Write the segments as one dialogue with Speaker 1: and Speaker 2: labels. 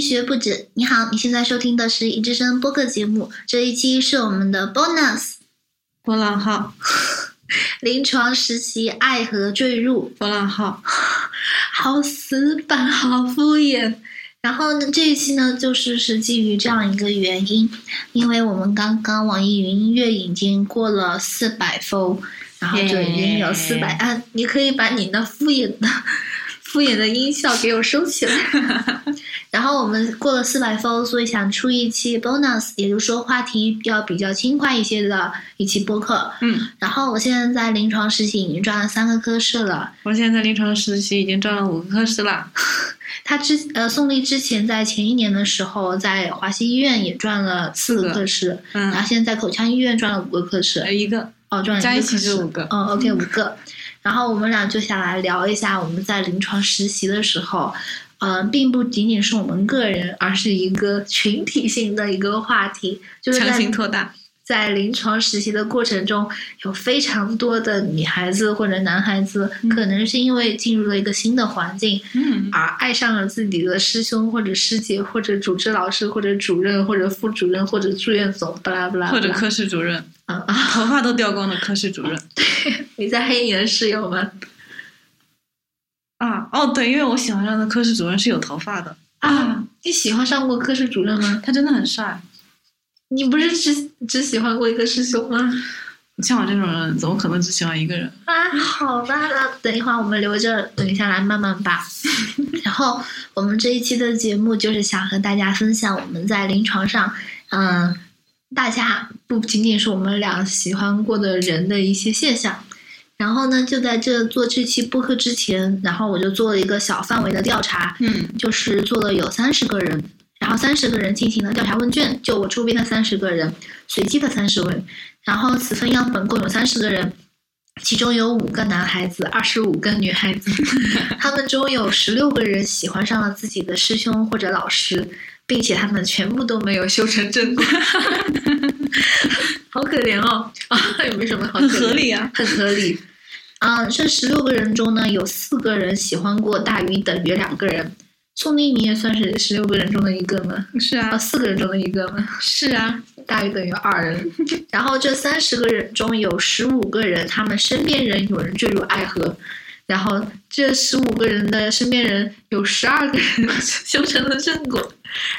Speaker 1: 学不止。你好，你现在收听的是一之声播客节目，这一期是我们的 bonus
Speaker 2: 波浪号，
Speaker 1: 临床实习爱和坠入，
Speaker 2: 波浪号，
Speaker 1: 好死板，好敷衍。然后呢，这一期呢，就是是基于这样一个原因，因为我们刚刚网易云音乐已经过了四百封，然后就已经有四百
Speaker 2: 耶
Speaker 1: 啊，你可以把你那敷衍的敷衍的音效给我收起来。 然后我们过了四百封，所以想出一期 bonus，也就是说话题要比较轻快一些的一期播客。
Speaker 2: 嗯，
Speaker 1: 然后我现在在临床实习已经转了三个科室了，
Speaker 2: 我现在在临床实习已经转了五个科室了，
Speaker 1: 他之呃，宋丽之前在前一年的时候，在华西医院也赚了四
Speaker 2: 四
Speaker 1: 个
Speaker 2: 个
Speaker 1: 课室，然
Speaker 2: 嗯呃
Speaker 1: 后，现在在口腔医院赚了五个课室，
Speaker 2: 一个
Speaker 1: 哦，赚了
Speaker 2: 加
Speaker 1: 一
Speaker 2: 一
Speaker 1: 个课
Speaker 2: 起
Speaker 1: 室
Speaker 2: 就五个，
Speaker 1: 嗯，OK，五个。然后我们俩就想来聊一下我们在临床实习的时候，嗯、并不仅仅是我们个人，而是一个群体性的一个话题，就是
Speaker 2: 强
Speaker 1: 在
Speaker 2: 行扩大，
Speaker 1: 在临床实习的过程中，有非常多的女孩子或者男孩子，
Speaker 2: 嗯
Speaker 1: 可能是因为进入了一个新的环境，
Speaker 2: 嗯，
Speaker 1: 而爱上了自己的师兄或者师姐或者主治老师或者主任或者副主任或者住院总，巴拉巴拉，
Speaker 2: 或者科室主任，
Speaker 1: 啊啊！
Speaker 2: 头发都掉光的科室主任
Speaker 1: 你在黑你的室友吗？
Speaker 2: 啊，哦对，因为我喜欢上的科室主任是有头发的
Speaker 1: 啊，，你喜欢上过科室主任吗？
Speaker 2: 他真的很帅，
Speaker 1: 你不是只只喜欢过一个师兄吗？
Speaker 2: 像我这种人怎么可能只喜欢一个人？
Speaker 1: 啊，好吧，那等一会儿我们留着，等一下来慢慢吧。然后我们这一期的节目就是想和大家分享我们在临床上，嗯，大家不仅仅是我们俩喜欢过的人的一些现象。然后呢，就在这做这期播客之前，然后我就做了一个小范围的调查，
Speaker 2: 嗯
Speaker 1: 就是做了有三十个人，然后三十个人进行了调查问卷，就我周边的三十个人，随机的三十位，然后此份样本共有三十个人，其中有五个男孩子，二十五个女孩子，他们中有十六个人喜欢上了自己的师兄或者老师，并且他们全部都没有修成正果， 好可怜哦， 啊，也没什么好可
Speaker 2: 很
Speaker 1: 怜
Speaker 2: 合理啊，
Speaker 1: 很合理。嗯，这十六个人中呢，有四个人喜欢过大于等于两个人。宋丽，你也算是十六个人中的一个吗？
Speaker 2: 是
Speaker 1: 啊，
Speaker 2: 啊
Speaker 1: 四个人中的一个吗？
Speaker 2: 是啊，
Speaker 1: 大于等于二人。然后这三十个人中有十五个人，他们身边人有人坠入爱河。然后这十五个人的身边人有十二个人 修成了正果，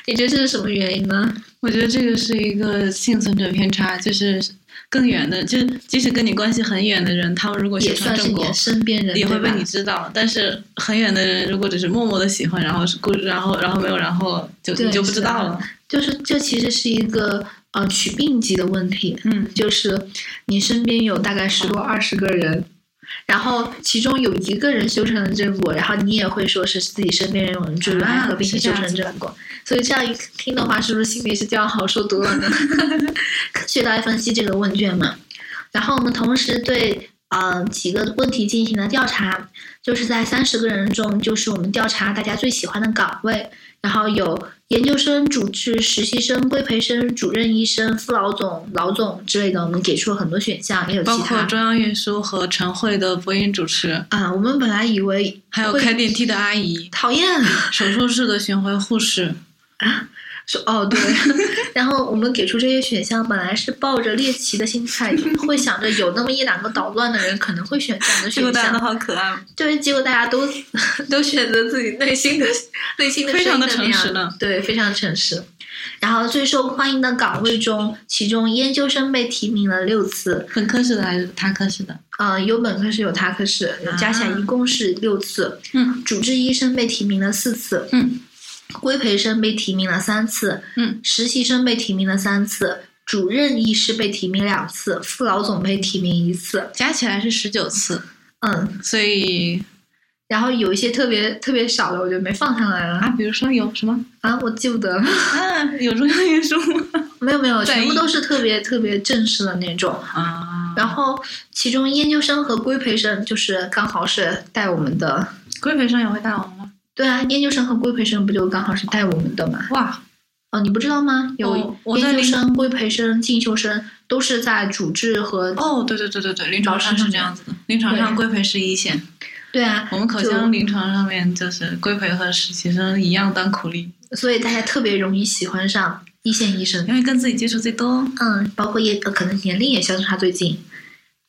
Speaker 1: 你觉得这是什么原因呢？
Speaker 2: 我觉得这个是一个幸存者偏差，就是更远的，就是即使跟你关系很远的人，他们如果
Speaker 1: 也
Speaker 2: 喜欢
Speaker 1: 算是
Speaker 2: 正
Speaker 1: 你
Speaker 2: 果
Speaker 1: 的，身边人，
Speaker 2: 也会
Speaker 1: 对
Speaker 2: 被
Speaker 1: 吧
Speaker 2: 你知道。但是很远的人，如果只是默默的喜欢，然后是故，然后然后没有然后了，就
Speaker 1: 对
Speaker 2: 你就不知道了。
Speaker 1: 就是这其实是一个呃取并集的问题。
Speaker 2: 嗯，
Speaker 1: 就是你身边有大概十多二十个人，然后其中有一个人修成了正果，然后你也会说是自己身边人有人坠入爱河
Speaker 2: 啊
Speaker 1: 并且
Speaker 2: 是这
Speaker 1: 修
Speaker 2: 样
Speaker 1: 成正果，所以这样一听的话，是不是心理是这样好受多了呢？ 科学来分析这个问卷嘛，然后我们同时对。呃，几个问题进行了调查，就是在三十个人中，就是我们调查大家最喜欢的岗位，然后有研究生、主治、实习生、规培生、主任医生、副老总、老总之类的，我们给出了很多选项，也有
Speaker 2: 包
Speaker 1: 其
Speaker 2: 括
Speaker 1: 他。
Speaker 2: 中央运输和晨会的播音主持，
Speaker 1: 啊，我们本来以为
Speaker 2: 还有
Speaker 1: 会
Speaker 2: 开电梯的阿姨，
Speaker 1: 讨厌，
Speaker 2: 手术室的巡回护士。
Speaker 1: 说哦对， 然后我们给出这些选项，本来是抱着猎奇的心态，会想着有那么一两个捣乱的人可能会选这样的
Speaker 2: 这个
Speaker 1: 选
Speaker 2: 大家都
Speaker 1: 项，
Speaker 2: 好可爱，
Speaker 1: 对，结果大家都 都选择自己内心的内心的
Speaker 2: 非常
Speaker 1: 声音
Speaker 2: 的
Speaker 1: 那
Speaker 2: 诚
Speaker 1: 样
Speaker 2: 实呢。
Speaker 1: 对，非常诚实。然后最受欢迎的岗位中，其中研究生被提名了六次，
Speaker 2: 本科是的还是他科是的？
Speaker 1: 呃，有本科是有他科是，加起来
Speaker 2: 啊
Speaker 1: 一共是六次。
Speaker 2: 嗯
Speaker 1: 主治医生被提名了四次，
Speaker 2: 嗯
Speaker 1: 规培生被提名了三次，
Speaker 2: 嗯，
Speaker 1: 实习生被提名了三次，主任医师被提名两次，副老总被提名一次。
Speaker 2: 加起来是十九次，
Speaker 1: 嗯，
Speaker 2: 所以
Speaker 1: 然后有一些特别特别少的，我就没放上来了
Speaker 2: 啊，比如说有什么
Speaker 1: 啊，我记不得了。
Speaker 2: 啊，有中央运输吗？
Speaker 1: 没有没有，
Speaker 2: 在
Speaker 1: 全部
Speaker 2: 意
Speaker 1: 都是特别特别正式的那种。
Speaker 2: 啊，
Speaker 1: 然后，其中研究生和规培生就是刚好是带我们的，
Speaker 2: 规培生也会大王吗？
Speaker 1: 对啊，研究生和规培生不就刚好是带我们的吗？
Speaker 2: 哇，
Speaker 1: 哦，你不知道吗？有
Speaker 2: 哦我在
Speaker 1: 研究
Speaker 2: 临
Speaker 1: 生、规培生、进修生都是在主治和
Speaker 2: 哦，对对对对对，临床上是这样子的，临床上规培是一线，
Speaker 1: 对啊，
Speaker 2: 我们口
Speaker 1: 就
Speaker 2: 腔临床上面就是规培和实习生一样当苦力，
Speaker 1: 所以大家特别容易喜欢上一线医生。
Speaker 2: 因为跟自己接触最多。
Speaker 1: 嗯，包括也、呃可能年龄也相差最近。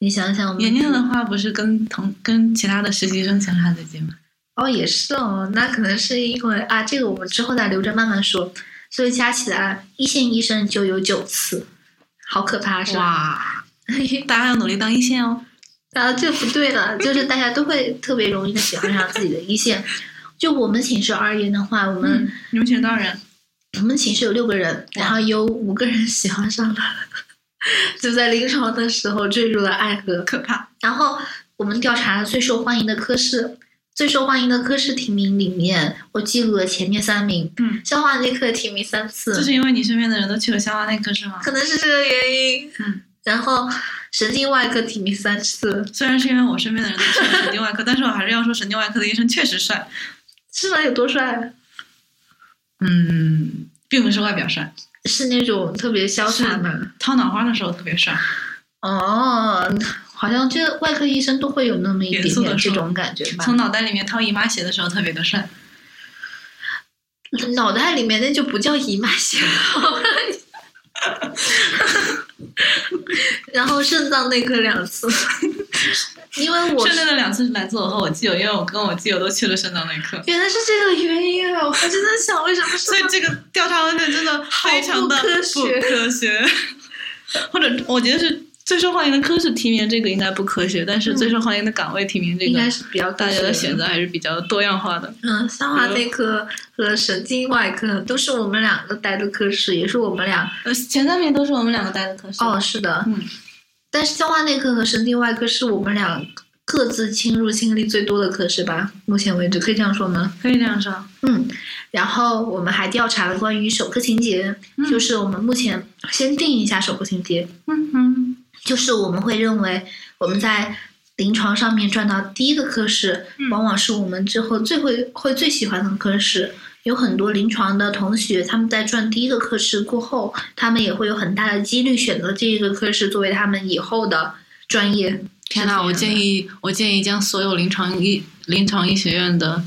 Speaker 1: 你想想，
Speaker 2: 年龄的话，不是跟同跟其他的实习生相差最近吗？
Speaker 1: 哦，也是哦，那可能是因为啊，这个我们之后再留着慢慢说。所以加起来，一线医生就有九次，好可怕，是吧？
Speaker 2: 哇， 大家要努力当一线哦。
Speaker 1: 啊，这不对了，就是大家都会特别容易的喜欢上自己的一线。就我们寝室而言的话，我们、
Speaker 2: 嗯，你们寝室多少人？
Speaker 1: 我们寝室有六个人，然后有五个人喜欢上了， 就在临床的时候坠入了爱河。
Speaker 2: 可怕。
Speaker 1: 然后我们调查最受欢迎的科室，最受欢迎的科室提名里面，我记录了前面三名，
Speaker 2: 嗯，
Speaker 1: 消化内科提名三次，
Speaker 2: 就是因为你身边的人都去了消化内科是吗？
Speaker 1: 可能是这个原因。
Speaker 2: 嗯，
Speaker 1: 然后神经外科提名三次，
Speaker 2: 虽然是因为我身边的人都去了神经外科，但是我还是要说神经外科的医生确实帅。
Speaker 1: 是吗？有多帅？
Speaker 2: 嗯，并不是外表帅，
Speaker 1: 是那种特别潇洒的。
Speaker 2: 掏脑花的时候特别帅。
Speaker 1: 哦，好像这外科医生都会有那么一
Speaker 2: 严
Speaker 1: 点
Speaker 2: 肃地
Speaker 1: 点这
Speaker 2: 说
Speaker 1: 种感觉吧。
Speaker 2: 从脑袋里面掏姨妈血的时候特别的帅，
Speaker 1: 脑袋里面那就不叫姨妈血了。然后肾脏内科两次， 因为我
Speaker 2: 肾脏的两次是来自我和我基友，因为我跟我基友都去了肾脏内科，
Speaker 1: 原来是这个原因啊！我还真在想为什么是
Speaker 2: 所以这个调查问卷真的非常的
Speaker 1: 好不科学
Speaker 2: 不科 学或者我觉得是最受欢迎的科室提名这个应该不科学，但是最受欢迎的岗位提名这
Speaker 1: 应
Speaker 2: 个
Speaker 1: 该是比较
Speaker 2: 大家的选
Speaker 1: 择。
Speaker 2: 择还是比较多样化的。
Speaker 1: 嗯，消化内科和神经外科都是我们两个待的科室，也是我们俩
Speaker 2: 呃，前三名都是我们两个待的科室。
Speaker 1: 哦，，是的，
Speaker 2: 嗯，
Speaker 1: 但是消化内科和神经外科是我们俩各自侵入心力最多的科室吧？目前为止可以这样说吗？
Speaker 2: 可以这样说。
Speaker 1: 嗯，然后我们还调查了关于首课情节，
Speaker 2: 嗯
Speaker 1: 就是我们目前先定一下首课情节，
Speaker 2: 嗯嗯
Speaker 1: 就是我们会认为我们在临床上面赚到第一个科室，
Speaker 2: 嗯
Speaker 1: 往往是我们之后最会会最喜欢的科室。有很多临床的同学，他们在赚第一个科室过后，他们也会有很大的几率选择这一个科室作为他们以后的专业。
Speaker 2: 天呐，我建
Speaker 1: 议
Speaker 2: 议，我建议将所有临床医临床医学院的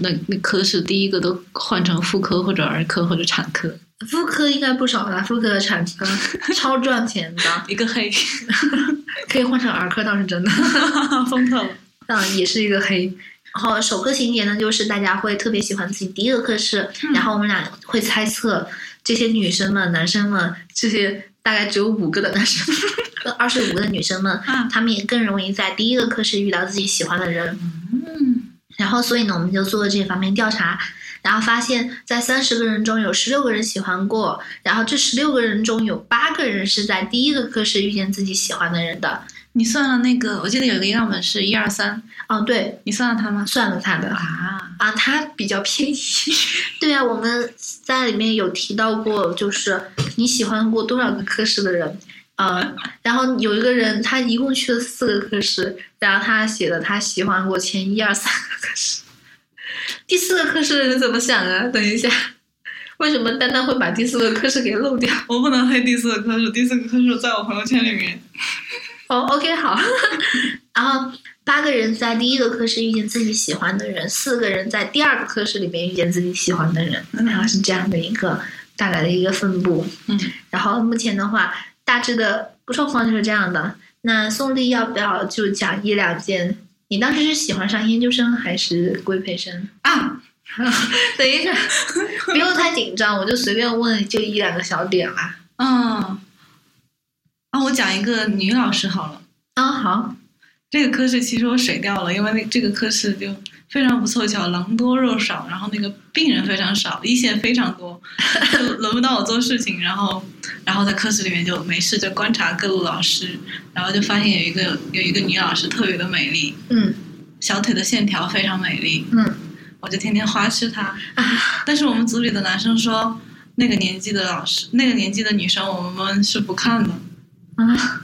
Speaker 2: 那那科室第一个都换成妇科或者儿科或者产科，
Speaker 1: 妇科应该不少吧？妇科产科 超赚钱的，
Speaker 2: 一个 黑，
Speaker 1: 可以换成儿科倒是真的。
Speaker 2: 疯透了。
Speaker 1: 嗯，也是一个黑。然后首科情节呢，就是大家会特别喜欢自己第一个科室，
Speaker 2: 嗯
Speaker 1: 然后我们俩会猜测这些女生们、男生们，这些大概只有五个的男生跟二十五个的女生们，
Speaker 2: 啊，
Speaker 1: 她们也更容易在第一个科室遇到自己喜欢的人。
Speaker 2: 嗯，
Speaker 1: 然后，所以呢，我们就做了这方面调查，然后发现，在三十个人中有十六个人喜欢过，然后这十六个人中有八个人是在第一个科室遇见自己喜欢的人的。
Speaker 2: 你算了那个，我记得有一个样本是一二三，
Speaker 1: 哦，对，
Speaker 2: 你算了它吗？
Speaker 1: 算了他的。
Speaker 2: 啊，
Speaker 1: 啊，它比较便宜。 对啊，我们在里面有提到过，就是你喜欢过多少个科室的人，呃，然后有一个人他一共去了四个科室，然后他写的他喜欢过前一二三个科室，第四个科室的人怎么想啊？等一下，为什么丹丹会把第四个科室给漏掉？
Speaker 2: 我不能黑第四个科室，第四个科室在我朋友圈里面。
Speaker 1: 哦，OK，好。 然后八个人在第一个科室遇见自己喜欢的人，四个人在第二个科室里面遇见自己喜欢的人，然后是这样的一个大概的一个分布。
Speaker 2: 嗯，
Speaker 1: 然后目前的话，大致的状况就是这样的。那宋丽要不要就讲一两件？你当时是喜欢上研究生还是规培生？
Speaker 2: 啊，
Speaker 1: 等一下， 不用太紧张，我就随便问，就一两个小点吧。
Speaker 2: 嗯，啊，我讲一个女老师好了。
Speaker 1: 啊、好，
Speaker 2: 这个科室其实我水掉了，因为那这个科室就非常不凑巧，狼多肉少，然后那个病人非常少，一线非常多，就轮不到我做事情。然后，然后在科室里面就没事就观察各路老师，然后就发现有一个有一个女老师特别的美丽，
Speaker 1: 嗯
Speaker 2: 小腿的线条非常美丽，
Speaker 1: 嗯
Speaker 2: 我就天天花痴她。
Speaker 1: 啊，
Speaker 2: 但是我们组里的男生说，那个年纪的老师，那个年纪的女生，我们是不看的。
Speaker 1: 啊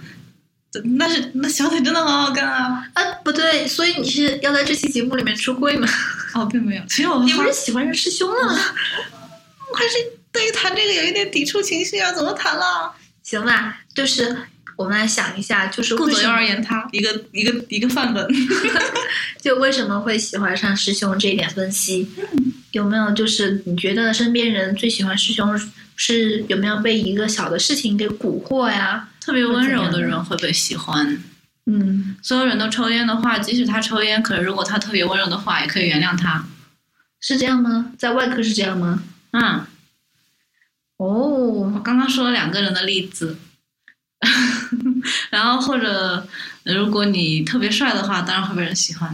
Speaker 2: 但是那小腿真的很好看啊！
Speaker 1: 啊，不对，所以你是要在这期节目里面出柜吗？
Speaker 2: 哦，并没有，其实我
Speaker 1: 你不
Speaker 2: 发
Speaker 1: 是喜欢上师兄了吗？
Speaker 2: 我还是对于谈这个有一点抵触情绪啊，怎么谈了？
Speaker 1: 行吧，就是我们来想一下，就是
Speaker 2: 顾
Speaker 1: 为
Speaker 2: 左
Speaker 1: 什
Speaker 2: 右而
Speaker 1: 么
Speaker 2: 言他，一个一个一个范本。嗯
Speaker 1: 就为什么会喜欢上师兄这一点分析。有没有就是你觉得身边人最喜欢师兄是有没有被一个小的事情给蛊惑呀？
Speaker 2: 特别温柔的人会被喜欢。
Speaker 1: 嗯，
Speaker 2: 所有人都抽烟的话，即使他抽烟，可是如果他特别温柔的话，也可以原谅他。
Speaker 1: 是这样吗？在外科是这样吗？
Speaker 2: 嗯，我
Speaker 1: 哦，
Speaker 2: 刚刚说了两个人的例子， 然后或者如果你特别帅的话，当然会被人喜欢；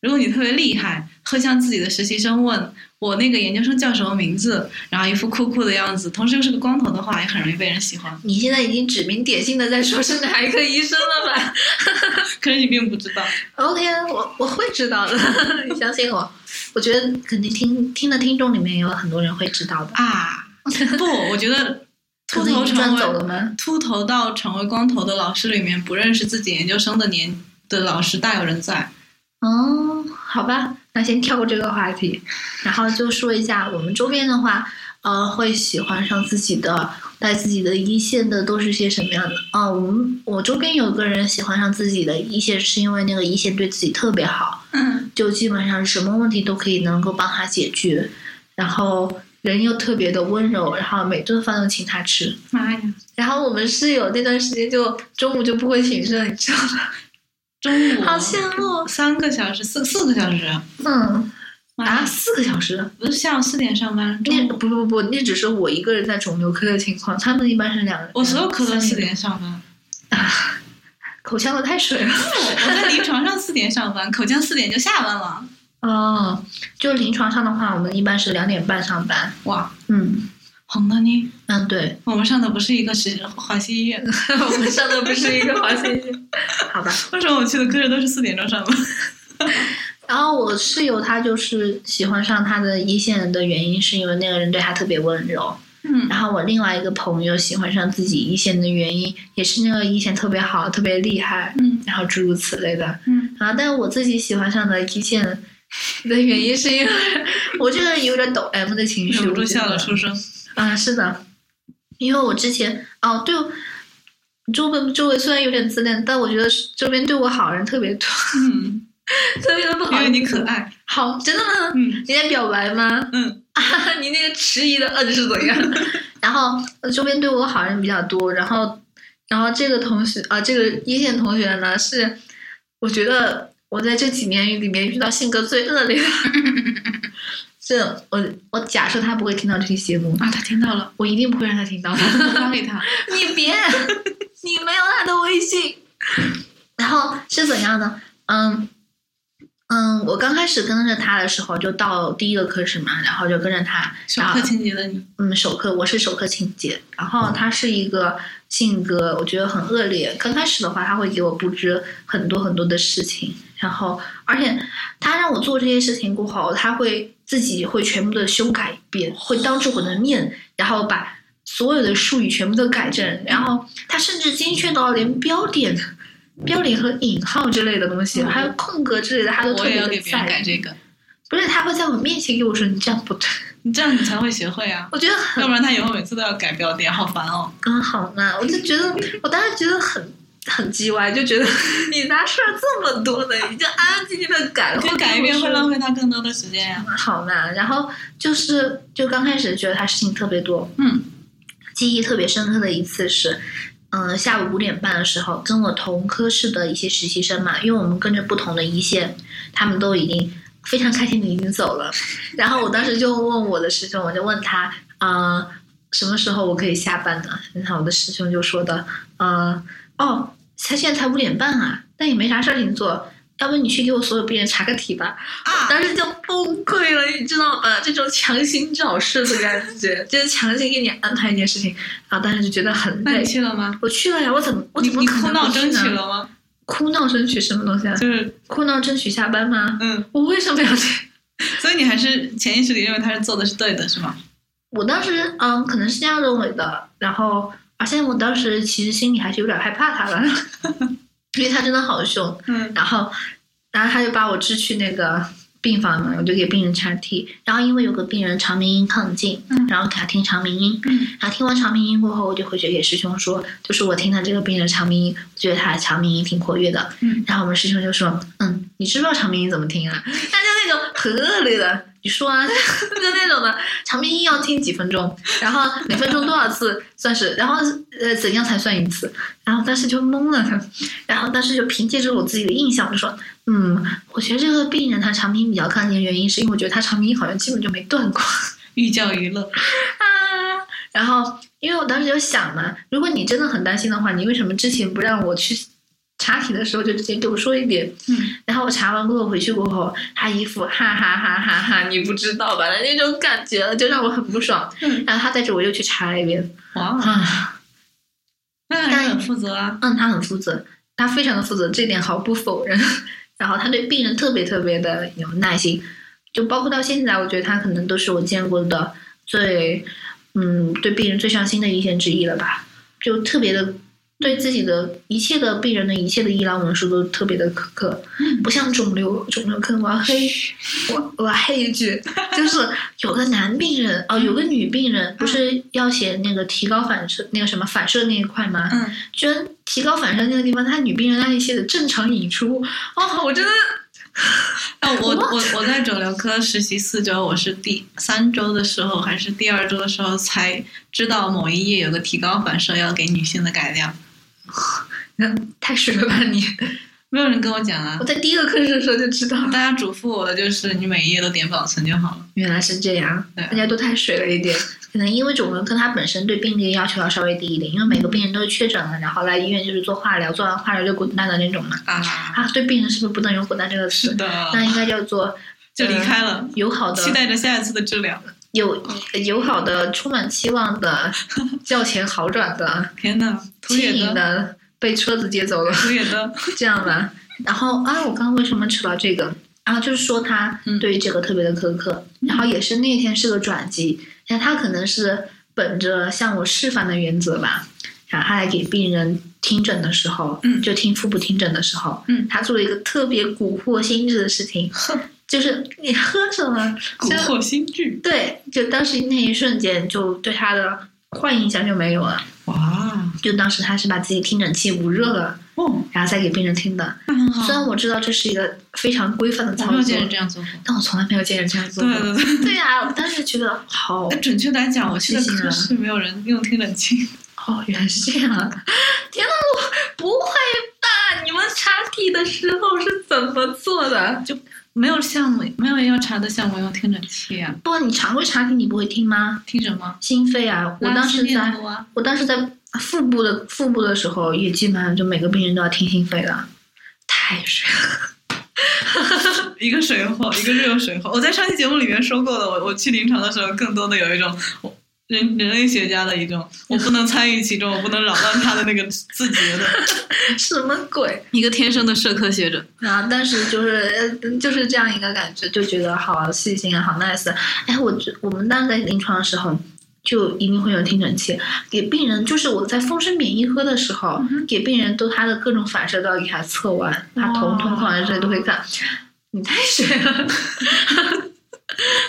Speaker 2: 如果你特别厉害，会向自己的实习生问我那个研究生叫什么名字，然后一副酷酷的样子，同时又是个光头的话，也很容易被人喜 欢。
Speaker 1: 你现在已经指名点姓的在说是哪一个医生了吧？
Speaker 2: 可是你并不知道，
Speaker 1: OK，啊，我我会知道的， 你相信我。我觉得肯定听听的听众里面有很多人会知道的。
Speaker 2: 啊，不，我觉得秃
Speaker 1: 可能
Speaker 2: 头
Speaker 1: 已经转
Speaker 2: 成
Speaker 1: 走
Speaker 2: 为
Speaker 1: 了吗？
Speaker 2: 秃头到成为光头的老师里面，不认识自己研究生的年的老师大有人在。
Speaker 1: 哦，好吧，那先跳过这个话题，然后就说一下我们周边的话，呃，会喜欢上自己的带自己的一线的都是些什么样的？啊、我们我周边有个人喜欢上自己的一线，是因为那个一线对自己特别好，
Speaker 2: 嗯，
Speaker 1: 就基本上什么问题都可以能够帮他解决，然后人又特别的温柔，然后每顿饭都请他吃。
Speaker 2: 妈呀！
Speaker 1: 然后我们室友那段时间就中午就不会请客，你知道吗？
Speaker 2: 中午
Speaker 1: 好羡慕，哦
Speaker 2: 三个小时，四四个小时，
Speaker 1: 嗯啊，
Speaker 2: 啊，
Speaker 1: 四个小时。
Speaker 2: 不是下午四点上班，
Speaker 1: 那
Speaker 2: 中
Speaker 1: 不
Speaker 2: 午
Speaker 1: 不不，那只是我一个人在肿瘤科的情况，他们一般是两人。
Speaker 2: 我所有科都
Speaker 1: 三
Speaker 2: 四
Speaker 1: 个人
Speaker 2: 点上班，
Speaker 1: 口腔都太 水了。
Speaker 2: 我在临床上四点上班， 口腔四点就下班了。
Speaker 1: 哦，就临床上的话，我们一般是两点半上班。
Speaker 2: 哇，
Speaker 1: 嗯
Speaker 2: 红的呢？
Speaker 1: 嗯，对，
Speaker 2: 我们上的不是一个实华西医院，
Speaker 1: 我们上的不是一个华西医院， 好吧？
Speaker 2: 为什么我去的科室都是四点钟上班？
Speaker 1: 然后我室友他就是喜欢上他的一线的原因，是因为那个人对他特别温柔。
Speaker 2: 嗯
Speaker 1: 然后我另外一个朋友喜欢上自己一线的原因，也是那个一线特别好、特别厉害，
Speaker 2: 嗯
Speaker 1: 然后诸如此类的。
Speaker 2: 嗯，
Speaker 1: 然后，但我自己喜欢上的一线的原因，是因为我这个人有点抖 M 的情绪，
Speaker 2: 忍不住
Speaker 1: 我觉
Speaker 2: 笑
Speaker 1: 得
Speaker 2: 了出声。
Speaker 1: 啊，是的，因为我之前哦，对，周围周围虽然有点自恋，但我觉得周边对我好人特别多，
Speaker 2: 嗯，
Speaker 1: 特别的不好。
Speaker 2: 因为你可爱。
Speaker 1: 好，真的吗？
Speaker 2: 嗯
Speaker 1: 你在表白吗？
Speaker 2: 嗯，
Speaker 1: 啊，你那个迟疑的嗯是怎样？ 然后呃周边对我好人比较多，然后，然后这个同学啊、这个一线同学呢，是我觉得我在这几年里面遇到性格最恶劣的。 这我我假设他不会听到这期节目，
Speaker 2: 啊，他听到了，
Speaker 1: 我一定不会让他听到的。
Speaker 2: 我发给他。
Speaker 1: 你别，你没有他的微信。然后是怎样的？嗯嗯，我刚开始跟着他的时候，就到第一个科室嘛，然后就跟着他，
Speaker 2: 小
Speaker 1: 然后
Speaker 2: 课情节的你，
Speaker 1: 嗯，首课我是首课情节，然后
Speaker 2: 嗯
Speaker 1: 他是一个性格，我觉得很恶劣。刚开始的话，他会给我布置很多很多的事情，然后而且他让我做这些事情过后，他会自己会全部的修改一遍，会当着我的面，然后把所有的术语全部都改正，然后他甚至精确到连标点、标点和引号之类的东西，
Speaker 2: 嗯
Speaker 1: 还有空格之类的，他都特
Speaker 2: 我也
Speaker 1: 别
Speaker 2: 要
Speaker 1: 的
Speaker 2: 给别人
Speaker 1: 在
Speaker 2: 改
Speaker 1: 意。
Speaker 2: 这个，
Speaker 1: 不是，他会在我面前给我说你这样不对，
Speaker 2: 你这样你才会学会 啊，
Speaker 1: 我觉得很
Speaker 2: 要不然他以后每次都要改标点，好烦哦。
Speaker 1: 刚好嘛，我就觉得，我当时觉得很很叽歪，就觉得你拿事儿这么多的，你就安安静静的改了，
Speaker 2: 就改一遍会浪费他更多的时间呀。
Speaker 1: 好嘛。然后就是，就刚开始觉得他事情特别多，
Speaker 2: 嗯，
Speaker 1: 记忆特别深刻的一次是，嗯、下午五点半的时候，跟我同科室的一些实习生嘛，因为我们跟着不同的一线，他们都已经非常开心的已经走了。然后我当时就问我的师兄，我就问他，呃，什么时候我可以下班呢？然后我的师兄就说的，呃，哦，才现在才五点半啊，但也没啥事情做。要不你去给我所有病人查个体吧，
Speaker 2: 啊
Speaker 1: 当时就崩溃了，你知道吗？这种强行找事的感 觉，就是强行给你安排一件事情，然后当时就觉得很
Speaker 2: 那
Speaker 1: 累
Speaker 2: 你。去了吗？
Speaker 1: 我去了呀，我怎么我
Speaker 2: 你
Speaker 1: 怎么
Speaker 2: 你
Speaker 1: 可
Speaker 2: 哭
Speaker 1: 能
Speaker 2: 闹
Speaker 1: 不去
Speaker 2: 争取
Speaker 1: 呢？
Speaker 2: 了吗？
Speaker 1: 哭闹争取什么东西啊？
Speaker 2: 就是
Speaker 1: 哭闹争取下班吗？
Speaker 2: 嗯，
Speaker 1: 我为什么要去？
Speaker 2: 所以你还是潜意识里认为他是做的是对的，是吗？
Speaker 1: 我当时嗯，可能是这样认为的。然后，而且我当时其实心里还是有点害怕他 的，因为他真的好凶。
Speaker 2: 嗯
Speaker 1: 然后，然后他就把我支去那个病房嘛，我就给病人查体。然后因为有个病人长鸣音亢进，
Speaker 2: 嗯
Speaker 1: 然后给他听长鸣音。
Speaker 2: 嗯
Speaker 1: 然后听完长鸣音过后，我就回去给师兄说，就是我听到这个病人长鸣音，我觉得他的长鸣音挺活跃的。
Speaker 2: 嗯
Speaker 1: 然后我们师兄就说，嗯，你知不知道长鸣音怎么听啊？他就那种很恶劣的，你说啊， 就那种的，长篇硬要听几分钟，然后每分钟多少次算是，然后呃怎样才算一次？然后当时就懵了，然后当时就凭借着我自己的印象就说，嗯，我觉得这个病人他长篇比较抗的原因是因为我觉得他长篇好像基本就没断过。
Speaker 2: 寓教于乐，
Speaker 1: 啊。然后，因为我当时就想嘛，如果你真的很担心的话，你为什么之前不让我去查体的时候就直接给我说一遍？
Speaker 2: 嗯，
Speaker 1: 然后我查完过后回去过后，他一副哈哈哈哈哈，你不知道吧的那种感觉，就让我很不爽。
Speaker 2: 嗯
Speaker 1: 然后他带着我又去查了一遍，
Speaker 2: 哇，哦
Speaker 1: 啊，
Speaker 2: 那还是很负责啊，
Speaker 1: 嗯，他很负责，他非常的负责，这点毫不否认。 然后他对病人特别特别的有耐心，就包括到现在，我觉得他可能都是我见过的最，嗯，对病人最上心的医生之一了吧。就特别的对自己的一切的病人的一切的医疗文书都特别的苛刻，不像肿瘤肿瘤科，我要黑，我我要黑一句，就是有个男病人哦，
Speaker 2: 嗯
Speaker 1: 有个女病人不是要写那个提高反射那个什么反射那一块吗？
Speaker 2: 嗯，
Speaker 1: 居然提高反射那个地方，他女病人那里写的正常引出，哦，我真的
Speaker 2: 但我我我在肿瘤科实习四周，我是第三周的时候还是第二周的时候才知道某一页有个提高反射要给女性的改良，
Speaker 1: 嗯太水了吧你！
Speaker 2: 没有人跟我讲啊
Speaker 1: 我。在第一个课室的时候就知道，
Speaker 2: 大家嘱咐我的就是你每一页都点保存就好了。
Speaker 1: 原来是这样，
Speaker 2: 对啊
Speaker 1: 大家都太水了一点。可能因为肿瘤科它本身对病例要求要稍微低一点，因为每个病人都是确诊了，然后来医院就是做化疗，做完化疗就滚蛋的那种嘛。
Speaker 2: 啊，
Speaker 1: 啊，对病人是不 是不能用“滚蛋”这个
Speaker 2: 是
Speaker 1: 词？
Speaker 2: 的，
Speaker 1: 那应该叫做
Speaker 2: 就离开了，
Speaker 1: 友好的
Speaker 2: 嗯期、待着下一次的治疗。
Speaker 1: 有友好的、充满期望的、 较前好转的、
Speaker 2: 天呐，土
Speaker 1: 轻
Speaker 2: 野
Speaker 1: 盈
Speaker 2: 的，
Speaker 1: 的被车子接走了。
Speaker 2: 土野 的，
Speaker 1: 这样吧。然后啊，我刚刚为什么扯到这个？然、后就是说他
Speaker 2: 嗯
Speaker 1: 对于这个特别的苛刻，然后也是那天是个转机，但他可能是本着向我示范的原则吧，然后他来给病人听诊的时候，
Speaker 2: 嗯
Speaker 1: 就听腹部听诊的时候，
Speaker 2: 嗯
Speaker 1: 他做了一个特别蛊惑心智的事情，就是你喝什么，
Speaker 2: 蛊
Speaker 1: 就
Speaker 2: 惑新剧。
Speaker 1: 对，就当时那一瞬间就对他的坏印象就没有了，
Speaker 2: 哇，
Speaker 1: 就当时他是把自己听诊器捂热了，
Speaker 2: 哦，
Speaker 1: 然后再给病人听的，
Speaker 2: 那很好。
Speaker 1: 虽然我知道这是一个非常规范的
Speaker 2: 我
Speaker 1: 操
Speaker 2: 没有
Speaker 1: 作
Speaker 2: 见，人这样做过。
Speaker 1: 但我从来没有见人这样做
Speaker 2: 对
Speaker 1: 过。
Speaker 2: 对对。
Speaker 1: 对呀、我当时觉得好
Speaker 2: 哎准确来讲，我去的
Speaker 1: 谢谢啊
Speaker 2: 科室没有人用听诊器。
Speaker 1: 哦，原来是这样啊！天呐，我不会吧？你们查体的时候是怎么做的？
Speaker 2: 没有项目，没有人要查的项目用听诊器啊？
Speaker 1: 不，你常规查体你不会听吗？
Speaker 2: 听什么？
Speaker 1: 心肺啊，我当时
Speaker 2: 拉
Speaker 1: 在
Speaker 2: 稀面部啊
Speaker 1: 我当时在腹部的腹部的时候，也基本上就每个病人都要听心肺的，太水了。
Speaker 2: 一个水货，一个热水货。我在上期节目里面说过的，我我去临床的时候，更多的有一种我人人类学家的一种，我不能参与其中，我不能扰乱他的那个自觉的
Speaker 1: 什么鬼？
Speaker 2: 一个天生的社科学者。
Speaker 1: 然后，但是就是呃就是这样一个感觉，就觉得好细心啊，好 nice。哎，我觉我们当时在临床的时候，就一定会有听诊器给病人，就是我在风湿免疫科的时候，
Speaker 2: 嗯哼
Speaker 1: 给病人都他的各种反射都要给他测完，他瞳瞳孔啊这些都会看。你太水了，